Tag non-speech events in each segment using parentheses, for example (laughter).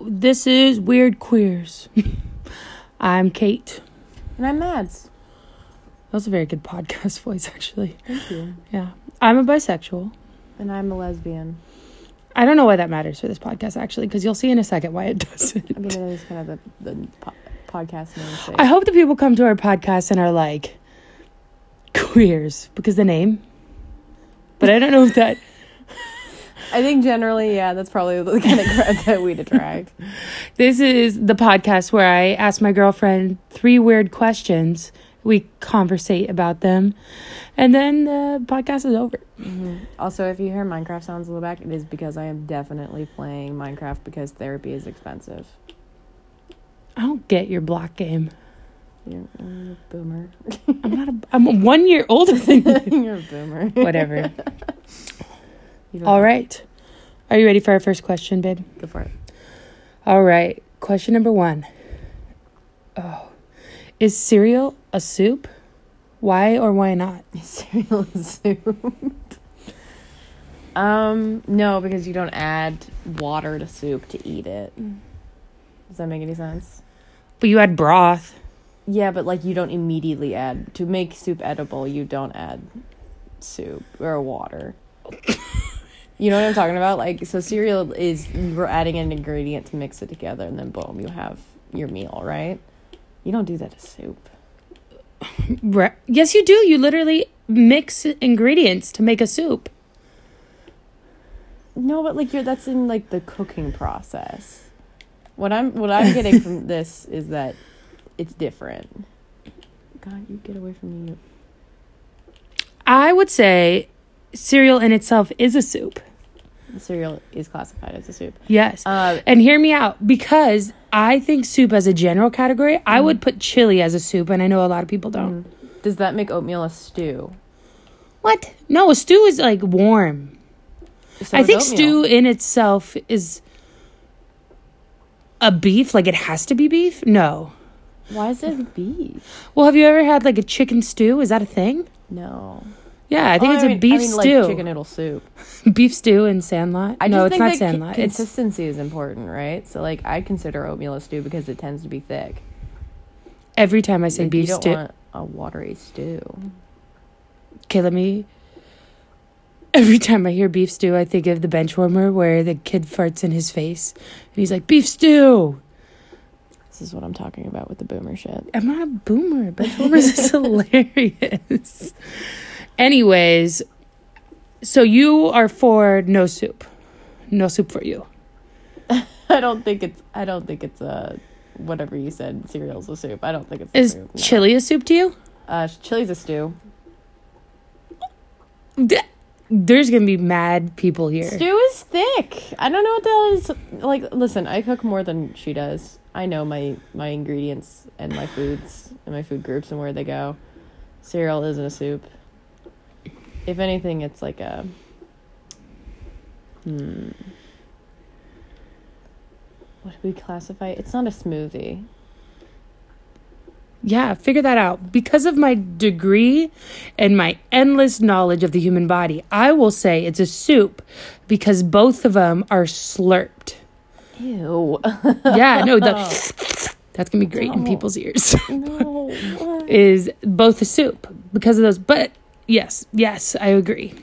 This is Weird Queers. (laughs) I'm Kate. And I'm Mads. That's a very good podcast (laughs) voice, actually. Thank you. Yeah. I'm a bisexual. And I'm a lesbian. I don't know why that matters for this podcast, actually, because you'll see in a second why it (laughs) doesn't. I mean, it is kind of the, the po- podcast name. I hope that people come to our podcast and are like queers because the name. But I don't know if that. (laughs) I think generally, yeah, that's probably the kind of crowd that we'd attract. This is the podcast where I ask my girlfriend three weird questions. We conversate about them, and then the podcast is over. Mm-hmm. Also, if you hear Minecraft sounds in the back, it is because I am definitely playing Minecraft because therapy is expensive. I don't get your block game. You're, you're a boomer. I'm not. A, I'm one year older than you. (laughs) you're a boomer. (laughs) Whatever. You don't All know. right. Are you ready for our first question, babe? Go for it. (laughs) All right. Question number one. Oh, is cereal a soup? Why or why not? Cereal and soup. um, no, because you don't add water to soup to eat it. Does that make any sense? But you add broth. Yeah, but like you don't immediately add to make soup edible. You don't add soup or water. you know what I'm talking about? Like so, cereal is you're adding an ingredient to mix it together, and then boom, you have your meal, right? You don't do that to soup. Re- yes, you do. You literally mix ingredients to make a soup. No, but like you're that's in like the cooking process. What I'm what I'm getting (laughs) from this is that it's different. God, you get away from me. I would say cereal in itself is a soup. Cereal is classified as a soup. Yes. Uh, and hear me out because I think soup as a general category, I would put chili as a soup, and I know a lot of people don't. does that make oatmeal a stew? What? No, a stew is like warm. So I is think oatmeal. stew in itself is a beef. Like it has to be beef. No. Why is it beef? Well, have you ever had like a chicken stew? Is that a thing? No, Yeah, I think Oh, it's mean- a beef I mean, stew. Like chicken noodle soup. (laughs) beef stew in Sandlot. I no, it's just think not that Sandlot. c- it's consistency is important, right? So like, I consider oatmeal a stew because it tends to be thick. every time I say Like, you beef don't stew. want a watery stew. Okay, let me. Every time I hear beef stew, I think of the bench warmer where the kid farts in his face and he's like, beef stew. This is what I'm talking about with the boomer shit. I'm not a boomer. Bench (laughs) warmers is hilarious. Anyways, so you are for no soup. No soup for you. (laughs) I don't think it's. I don't think it's a. Whatever you said, cereal's a soup. I don't think it's a Is soup. no. chili a soup to you? Uh, chili's a stew. D- There's going to be mad people here. Stew is thick. I don't know what the hell is like. Listen, I cook more than she does. I know my my ingredients and my foods and my food groups and where they go. Cereal isn't a soup. If anything, it's like a. Hmm. What do we classify? It's not a smoothie. Yeah, figure that out. Because of my degree and my endless knowledge of the human body, I will say it's a soup because both of them are slurped. (laughs) Ew. (laughs) Yeah, no, the, (laughs) that's going to be great in No. people's ears. no. what? (laughs) is both a soup because of those. But yes, yes, I agree.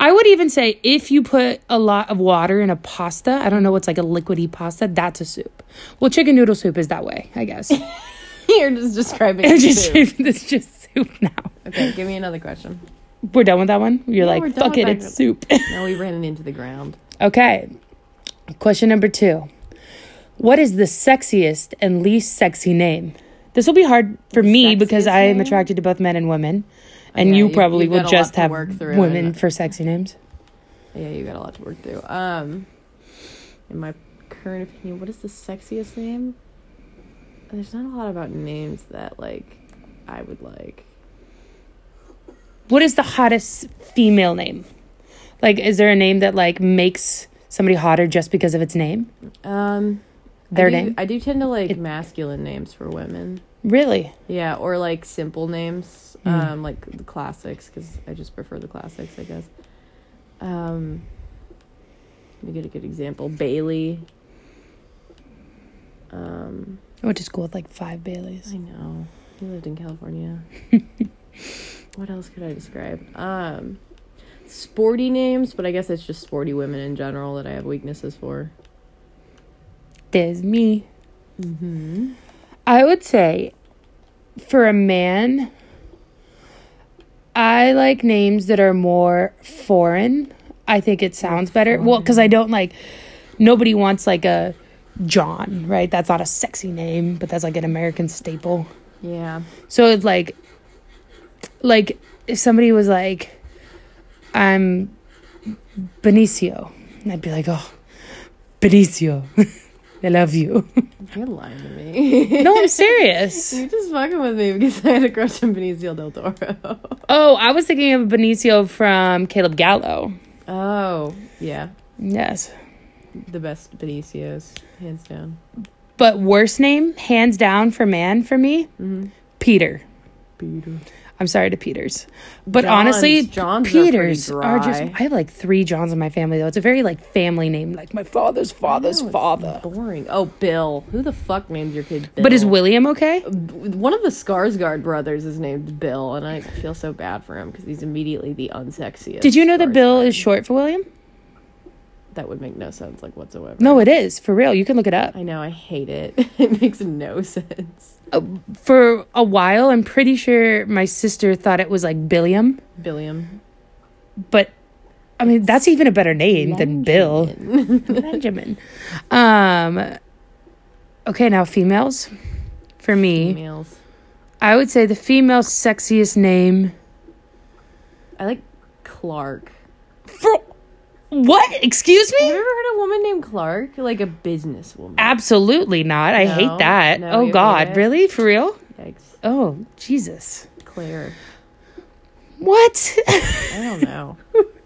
I would even say if you put a lot of water in a pasta, I don't know what's like a liquidy pasta, that's a soup. Well, chicken noodle soup is that way, I guess. (laughs) You're just describing it's, a just, soup. it's just soup (laughs) now. Okay, give me (laughs) another question. We're done with that one. You're Yeah, we're like, done fuck with it, that it's one." soup. Now we ran it into the ground. okay. Question number two What is the sexiest and least sexy name? This will be hard for me because sexiest I am name? attracted to both men and women. And Yeah, you you- probably you've will got a lot just to have work through women and- for sexy names. Yeah, you got a lot to work through. Um, in my current opinion, what is the sexiest name? There's not a lot about names that like I would like. What is the hottest female name? Like, is there a name that like makes somebody hotter just because of its name? Um, Their I do, name? I do tend to like It- masculine names for women. Really? Yeah, or like simple names, Mm. um, like the classics, because I just prefer the classics, I guess. Um, let me get a good example. Bailey. Um, I went to school with like five Baileys. I know. You lived in California. what else could I describe? Um, sporty names, but I guess it's just sporty women in general that I have weaknesses for. There's me. Mm-hmm. I would say for a man, I like names that are more foreign. I think it sounds better. Well, because I don't like, nobody wants like a John, right? That's not a sexy name, but that's like an American staple. Yeah. So it's like, like if somebody was like, "I'm Benicio," and I'd be like, "Oh, Benicio, (laughs) I love you." You're lying to (laughs) me. no, I'm serious. (laughs) You're just fucking with me because I had a crush on Benicio del Toro. Oh, I was thinking of Benicio from Caleb Gallo. Oh, yeah. Yes, The best Benicios, hands down. but worst name, hands down for man for me, Mm-hmm. Peter. Peter. I'm sorry to Peters, but Johns- honestly, Johns are pretty Peters are, just. dry. I have like three Johns in my family though. It's a very like family name, like my father's father's No, it's father. Boring. Oh, Bill. Who the fuck named your kid Bill? But is William okay? one of the Skarsgård brothers is named Bill, and I feel so bad for him because he's immediately the unsexiest. Did you know that Bill Skarsgård. is short for William? That would make no sense, like whatsoever. No, it is for real. You can look it up. I know. I hate it. (laughs) it makes no sense. For a while, I'm pretty sure my sister thought it was like Billiam, Billiam. but I mean that's even a better name than Bill Benjamin. Benjamin. Um, okay, now females. For me, Females. I would say the female sexiest name I like Clark. for what? Excuse Have you me? ever heard a woman named Clark? Like a businesswoman. Ah. Absolutely not. I No. hate that. No, you oh hate God, it? really? For real? Yikes. Oh Jesus! Claire. (laughs) What? I (laughs) don't know.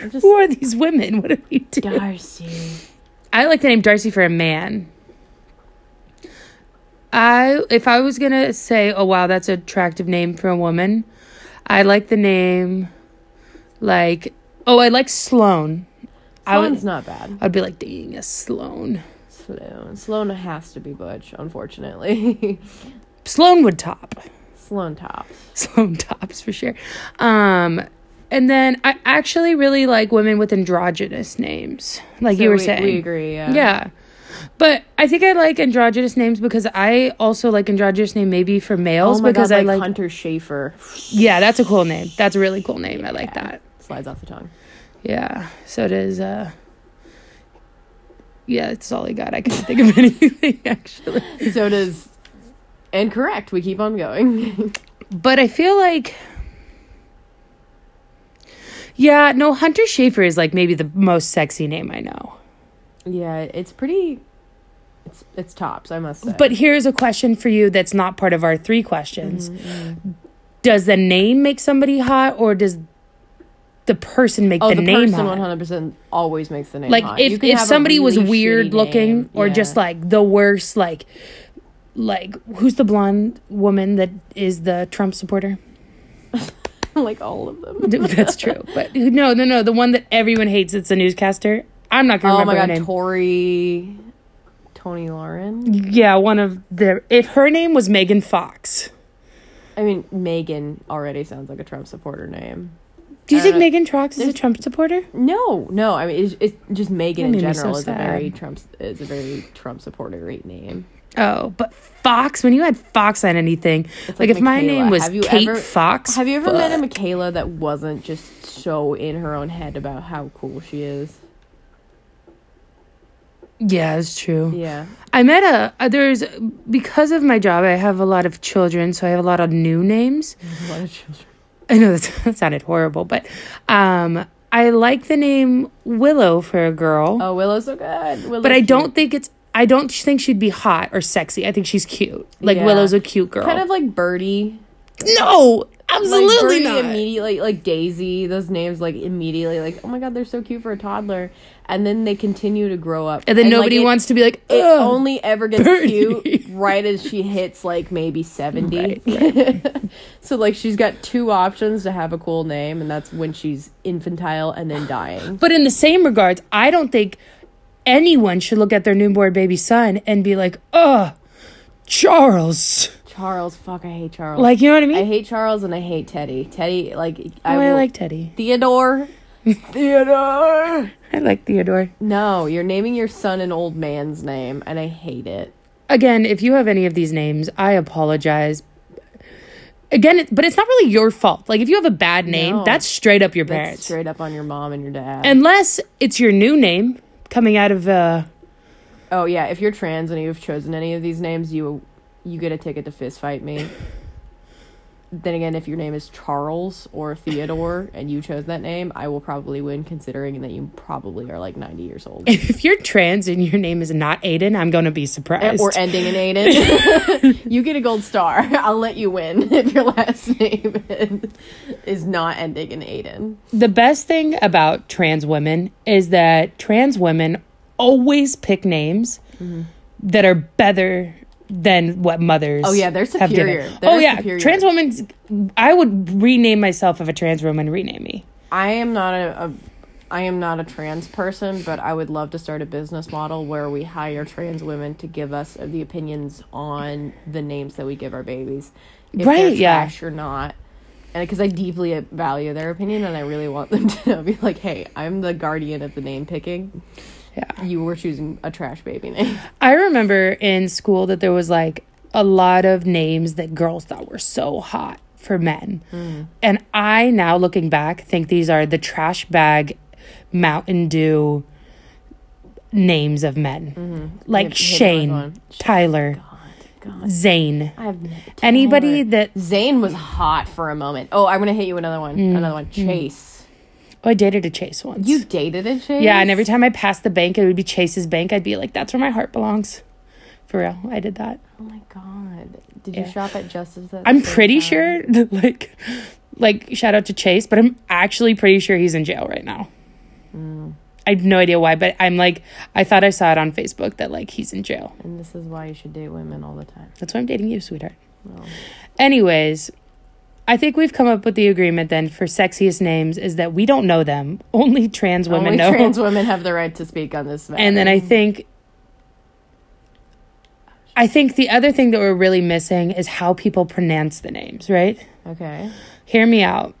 I'm just Who are these women? What do we do? Darcy. I like the name Darcy for a man. I if I was gonna say, oh wow, that's an attractive name for a woman, I like the name like oh I like Sloan. I Sloane's would not bad. I'd be like dang a Sloan. Sloane. Sloane has to be Butch, unfortunately. (laughs) Sloan would top. (laughs) Sloane tops. Sloan tops for sure. Um and then I actually really like women with androgynous names. Like So you were we, saying. We agree, yeah. Yeah. But I think I like androgynous names because I also like androgynous name maybe for males Oh my because God, I like Hunter Schafer (laughs) Yeah, that's a cool name. That's a really cool name. I like Yeah. that. slides off the tongue. Yeah. So does uh Yeah, that's all I got. I couldn't think of (laughs) anything actually. (laughs) So does and correct. We keep on going. (laughs) But I feel like Yeah, no, Hunter Schaefer is like maybe the most sexy name I know. yeah, it's pretty. It's it's tops. I must say. But here's a question for you that's not part of our three questions. Mm-hmm. Does the name make somebody hot or does the person make oh, the, the, name person hot? one hundred percent always makes the name. Like hot. You if can if have a somebody was really weird shitty looking name. or Yeah. just like the worst like like who's the blonde woman that is the Trump supporter? (laughs) (laughs) like all of them. that's (laughs) true. But no, no, no, the one that everyone hates it's a newscaster. I'm not going to Oh remember my her god, name. Tori, Tony Lauren. yeah, one of their if her name was Megan Fox. I mean, Megan already sounds like a Trump supporter name. Do you think Uh, Megan Fox is a there's- Trump supporter? No, no. I mean, it's, it's just Megan That in made me so general is a sad. very Trump is a very Trump supporter great name. Oh, but Fox, when you had Fox on anything, It's like, if my Michaela. name was Have you Kate ever- Fox. Have you ever met a fuck. Michaela that wasn't just so in her own head about how cool she is? Yeah, it's true. (laughs) Yeah, I met a, uh, there's, because of my job, I have a lot of children, so I have a lot of new names. a lot of children. I know (laughs) that's, that sounded horrible, but um, I like the name Willow for a girl, Oh, Willow's so good. Willow's but I cute. don't think it's, I don't think she'd be hot or sexy. I think she's cute. Like Yeah. Willow's a cute girl. kind of like Birdie. no, like absolutely Birdie not. Immediately, like Daisy. Those names, like immediately, like oh my god, they're so cute for a toddler. And then they continue to grow up. and then like, nobody it- wants to be like, it Ugh. only ever gets Birdie. cute right as she hits like maybe 70. (laughs) Right, so like she's got two options to have a cool name and that's when she's infantile and then dying. But in the same regards, I don't think anyone should look at their newborn baby son and be like, "Oh, Charles. (sighs) Charles, fuck, I hate Charles. Like, you know what I mean? I hate Charles and I hate Teddy. Teddy, like Oh, I, I will- like Teddy. (laughs) Theodore. Theodore. I like Theodore. No, you're naming your son an old man's name, and I hate it. Again, if you have any of these names, I apologize. Again, it- but it's not really your fault. Like if you have a bad name, No. that's straight up your That's parents. straight up on your mom and your dad. Unless it's your new name coming out of uh (laughs) oh yeah, if you're trans and you've chosen any of these names, you you get a ticket to fist fight me. (coughs) then again, if your name is Charles or Theodore and you chose that name, I will probably win, considering that you probably are like 90 years old if you're trans and your name is not Aiden, I'm going to be surprised. or ending in Aiden. you get a gold star. (laughs) I'll let you win if your last (laughs) name is, is not ending in Aiden. the best thing about trans women is that trans women always pick names Mm-hmm. that are better than what mothers. Oh, yeah, they're have given. superior. They're oh yeah, superior. trans women. I would rename myself if a trans woman renamed me. I am not a, a I am not a trans person, but I would love to start a business model where we hire trans women to give us the opinions on the names that we give our babies, if they're Right, yeah. trash or not. And because I deeply value their opinion, and I really want them (laughs) to know, be like, "Hey, I'm the guardian of the name picking. Yeah. You were choosing a trash (laughs) baby name." I remember in school that there was like a lot of names that girls thought were so hot for men. Mm. And I now looking back think these are the trash bag Mountain Dew names of men. Mm-hmm. Like Hit- hit Shane, another one. Tyler, God, Zane. I have Anybody that Zayn was hot for a moment. Oh, I'm gonna hit you with another one. Mm. Another one. Chase. oh, I dated a Chase once. You dated a Chase? yeah, and every time I passed the bank, it would be Chase's bank. I'd be like, "That's where my heart belongs." For real, I did that. Oh my god! Did Yeah. you shop at Justice? At the I'm same pretty time? sure, (laughs) that, like, like shout out to Chase, but I'm actually pretty sure he's in jail right now. Mm. I have no idea why, but I'm like, I thought I saw it on Facebook that like he's in jail. And this is why you should date women all the time. That's why I'm dating you, sweetheart. Well, Anyways, I think we've come up with the agreement then for sexiest names is that we don't know them. (laughs) Only trans women only know. trans women have the right to speak on this. Matter. and then I think. I think the other thing that we're really missing is how people pronounce the names, right? okay, Hear me out.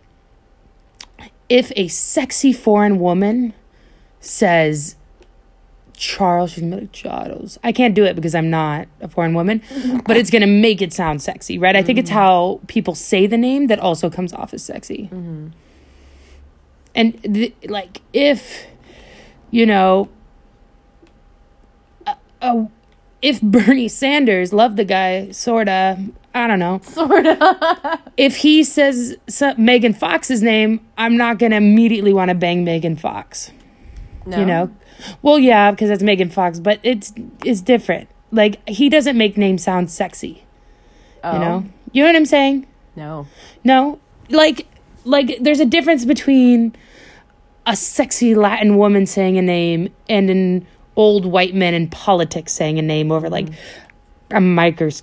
If a sexy foreign woman says Charles, she's gonna be like Charles. I can't do it because I'm not a foreign woman, but it's gonna make it sound sexy, right? I think it's how people say the name that also comes off as sexy. And th- like if you know, uh, uh, if Bernie Sanders loved the guy, sorta, I don't know sort of. if he says so- Megan Fox's name, I'm not going to immediately want to bang Megan Fox. No. You know? Well, yeah, because that's Megan Fox, but it's it's different. Like he doesn't make names sound sexy, Oh, you know? You know what I'm saying? No. No. Like like there's a difference between a sexy Latin woman saying a name and an old white man in politics saying a name over like a microcom.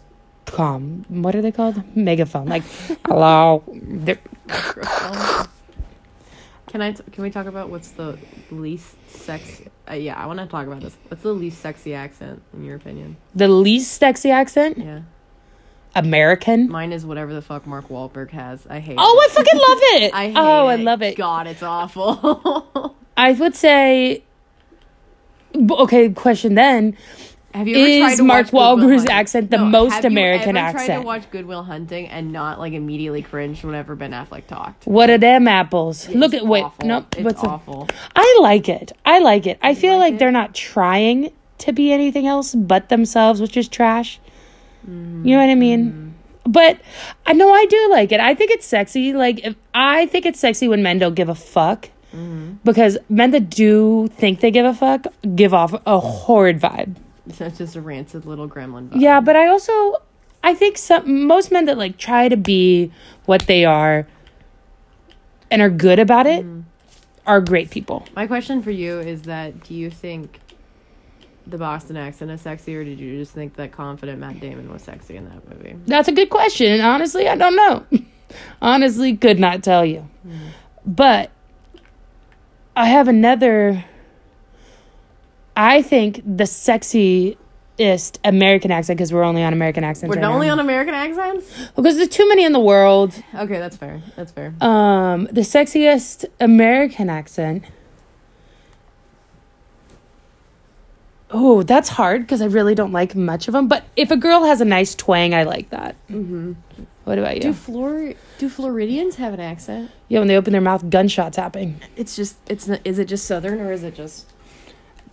What are they called? Megaphone. (laughs) Like hello. They're- Can I? T- can we talk about what's the least sex? Uh, yeah, I want to talk about this. What's the least sexy accent in your opinion? the least sexy accent? Yeah, American. mine is whatever the fuck Mark Wahlberg has. I hate. Oh, it. I fucking love it. I hate oh, (laughs) I love it. God, it's awful. (laughs) I would say b- okay, question then. Have you ever Is tried to Mark watch Goodwill Wahlberg's Hunting? accent the most have you American ever Tried to accent? watch Goodwill Hunting and not like immediately cringe whenever Ben Affleck talked. What are them apples? Look It's at wait, awful. nope. It's what's up? awful. I like it. I like it. I feel like like it? they're not trying to be anything else but themselves, which is trash. You know what I mean? Mm-hmm. But I know I do like it. I think it's sexy. Like if I think it's sexy when men don't give a fuck. Mm-hmm. Because men that do think they give a fuck give off a horrid vibe. So it's just a rancid little gremlin. Vibe. Yeah, but I also I think some most men that like try to be what they are and are good about it Mm-hmm. are great people. My question for you is that: Do you think the Boston accent is sexy, or did you just think that confident Matt Damon was sexy in that movie? That's a good question. Honestly, I don't know. (laughs) Honestly, could not tell you. But I have another. I think the sexy deepest American accent because we're only on American accents. We're right only now. on American accents? because there's too many in the world. Okay, that's fair. That's fair. Um, the sexiest American accent. Oh, that's hard because I really don't like much of them. But if a girl has a nice twang, I like that. Mm-hmm. What about Do you? Flor do Floridians have an accent? Yeah, when they open their mouth, gunshots happening. It's just it's not, is it just Southern or is it just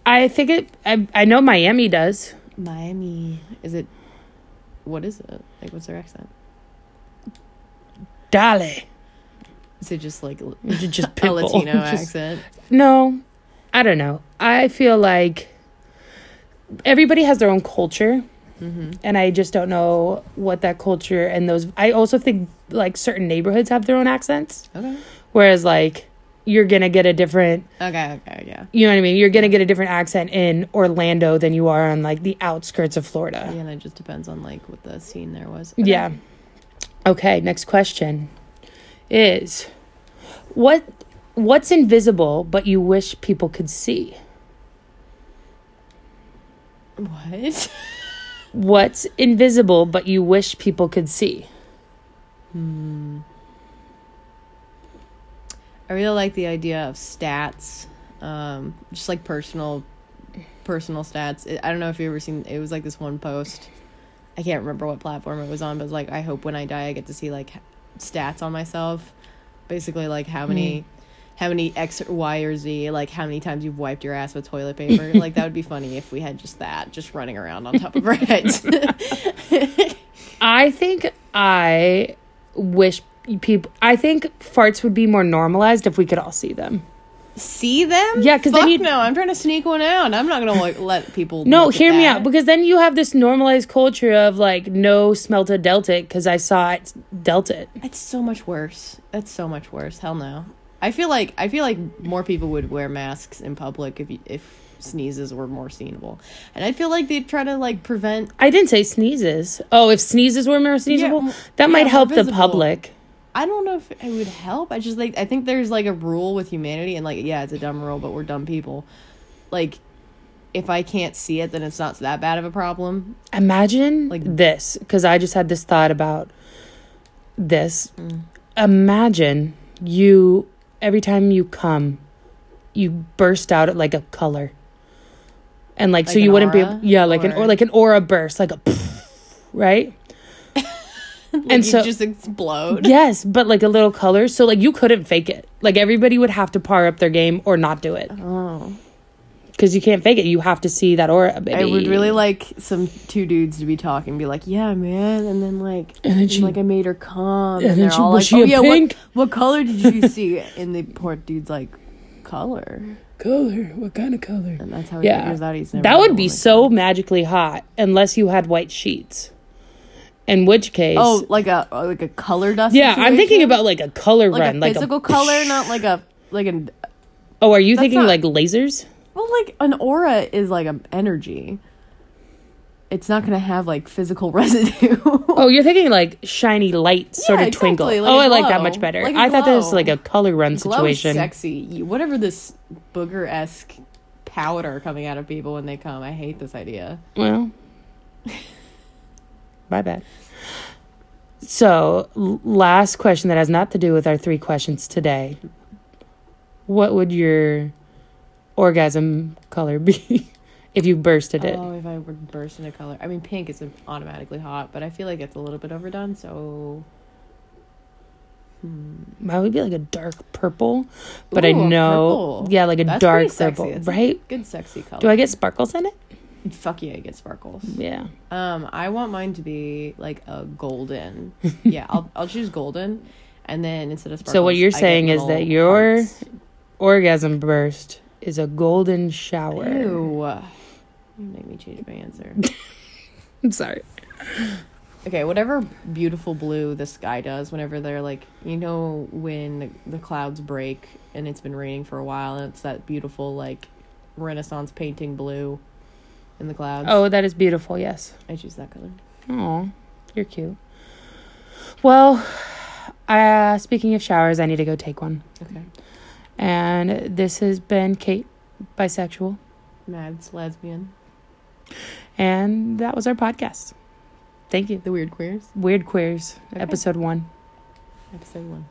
I think it. I I know Miami does. Miami? Is it what is it like? What's their accent? Dale. Is it just like l- Which is (laughs) Just a people. (laughs) Latino Just- accent? No, I don't know. I feel like everybody has their own culture, Mm-hmm. and I just don't know what that culture and those. I also think like certain neighborhoods have their own accents, Okay. whereas like you're gonna get a different. Okay. Okay. Yeah. You know what I mean? You're gonna get a different accent in Orlando than you are on like the outskirts of Yeah, Florida. and it just depends on like what the scene there was. Okay. Uh. Yeah. Okay. Next question is what what's invisible but you wish people could see? What? What's invisible but you wish people could see? Hmm. I really like the idea of stats, um, just like personal, personal stats. I I don't know if you ever seen. It was like this one post. I can't remember what platform it was on, but it was like I hope when I die I get to see like h- stats on myself, basically like how many. Mm-hmm. How many X, Y, or Z, like how many times you've wiped your ass with (laughs) toilet paper? like, that would be funny if we had just that, just running around on top of our (laughs) heads. I think I wish people I think farts would be more normalized if we could all see them. see them? Yeah, 'cause then Fuck you- no, I'm trying to sneak one out. I'm not gonna like, let people. No, look at hear me that. out because then you have this normalized culture of like no smell to dealt it cuz I saw it dealt it. It's so much worse. That's so much worse. Hell no. I feel like I feel like more people would wear masks in public if you, if sneezes were more seenable, and I feel like they'd try to like prevent. I didn't say sneezes. Oh, if sneezes were more sneezable, m- that yeah, might more help the visible. public. I don't know if it would help. I just like I think there's like a rule with humanity, and like yeah, it's a dumb rule, but we're dumb people. Like, if I can't see it, then it's not that bad of a problem. (laughs) Imagine like Like- this, because I just had this thought about this. Mm. Imagine you every time you come, you burst out at like a color, and like, so Like you an wouldn't aura? be yeah like an or Or- like an aura burst like a right Like, And you so- (laughs) just (laughs) explode. yes but like a little color so like you couldn't fake it like everybody would have to par up their game or not do it Oh. because you can't fake it you have to see that aura baby I would really like some two dudes to be talking, be like, "Yeah, man," and then like, And then and she- like I made her come, and, and then they're she- all was like, she "Oh a yeah, pink?" what what color (laughs) did you see?" and the poor dude's like, "Color," color what kind of color and that's how he Yeah. figures out he's never. That been would be with- so magically hot unless you had white sheets. In which case, Oh, like a like a color dust. yeah, I'm thinking situation? about like a color like run, a like physical a color, not like a like an. Oh, are you thinking not- like lasers? Well, like an aura is like an energy. It's not gonna have like physical (laughs) residue. Oh, you're thinking like shiny light sort Yeah, of twinkle. exactly, like oh, a I like that glow. much better. Like a I thought that was glow. like a color run situation. Glow sexy. You- Whatever this booger esque powder coming out of people when they come. I hate this idea. Well, (laughs) my bad. So, l- last question that has not to do with our three questions today. What would your orgasm color be (laughs) if you bursted it? Oh, if I were to burst into color. I mean, pink is automatically hot, but I feel like it's a little bit overdone. So, hmm. Mine would be like a dark purple, but I Ooh, a know, purple. yeah, like a That's pretty dark sexy. purple, That's a right? good sexy color. Do I get sparkles in it? Fuck yeah, I get sparkles. Yeah, Um, I want mine to be like (laughs) a golden. yeah, I'll I'll choose golden, and then instead of sparkles, So what you're I get saying is that little your- hearts. orgasm burst is a golden shower. ew. You made me change my answer. I'm sorry. Okay, whatever beautiful blue the sky does, whenever they're like, you know, when the clouds break and it's been raining for a while, and it's that beautiful, like, Renaissance painting blue in the clouds. Oh, that is beautiful. Yes. I choose that color. Oh, you're cute. Well, uh, speaking of showers, I need to go take one. Okay. And this has been Kate, bisexual. Mads, lesbian. And that was our podcast. Thank you. The Weird Queers, Weird Queers, Okay. episode one. episode one.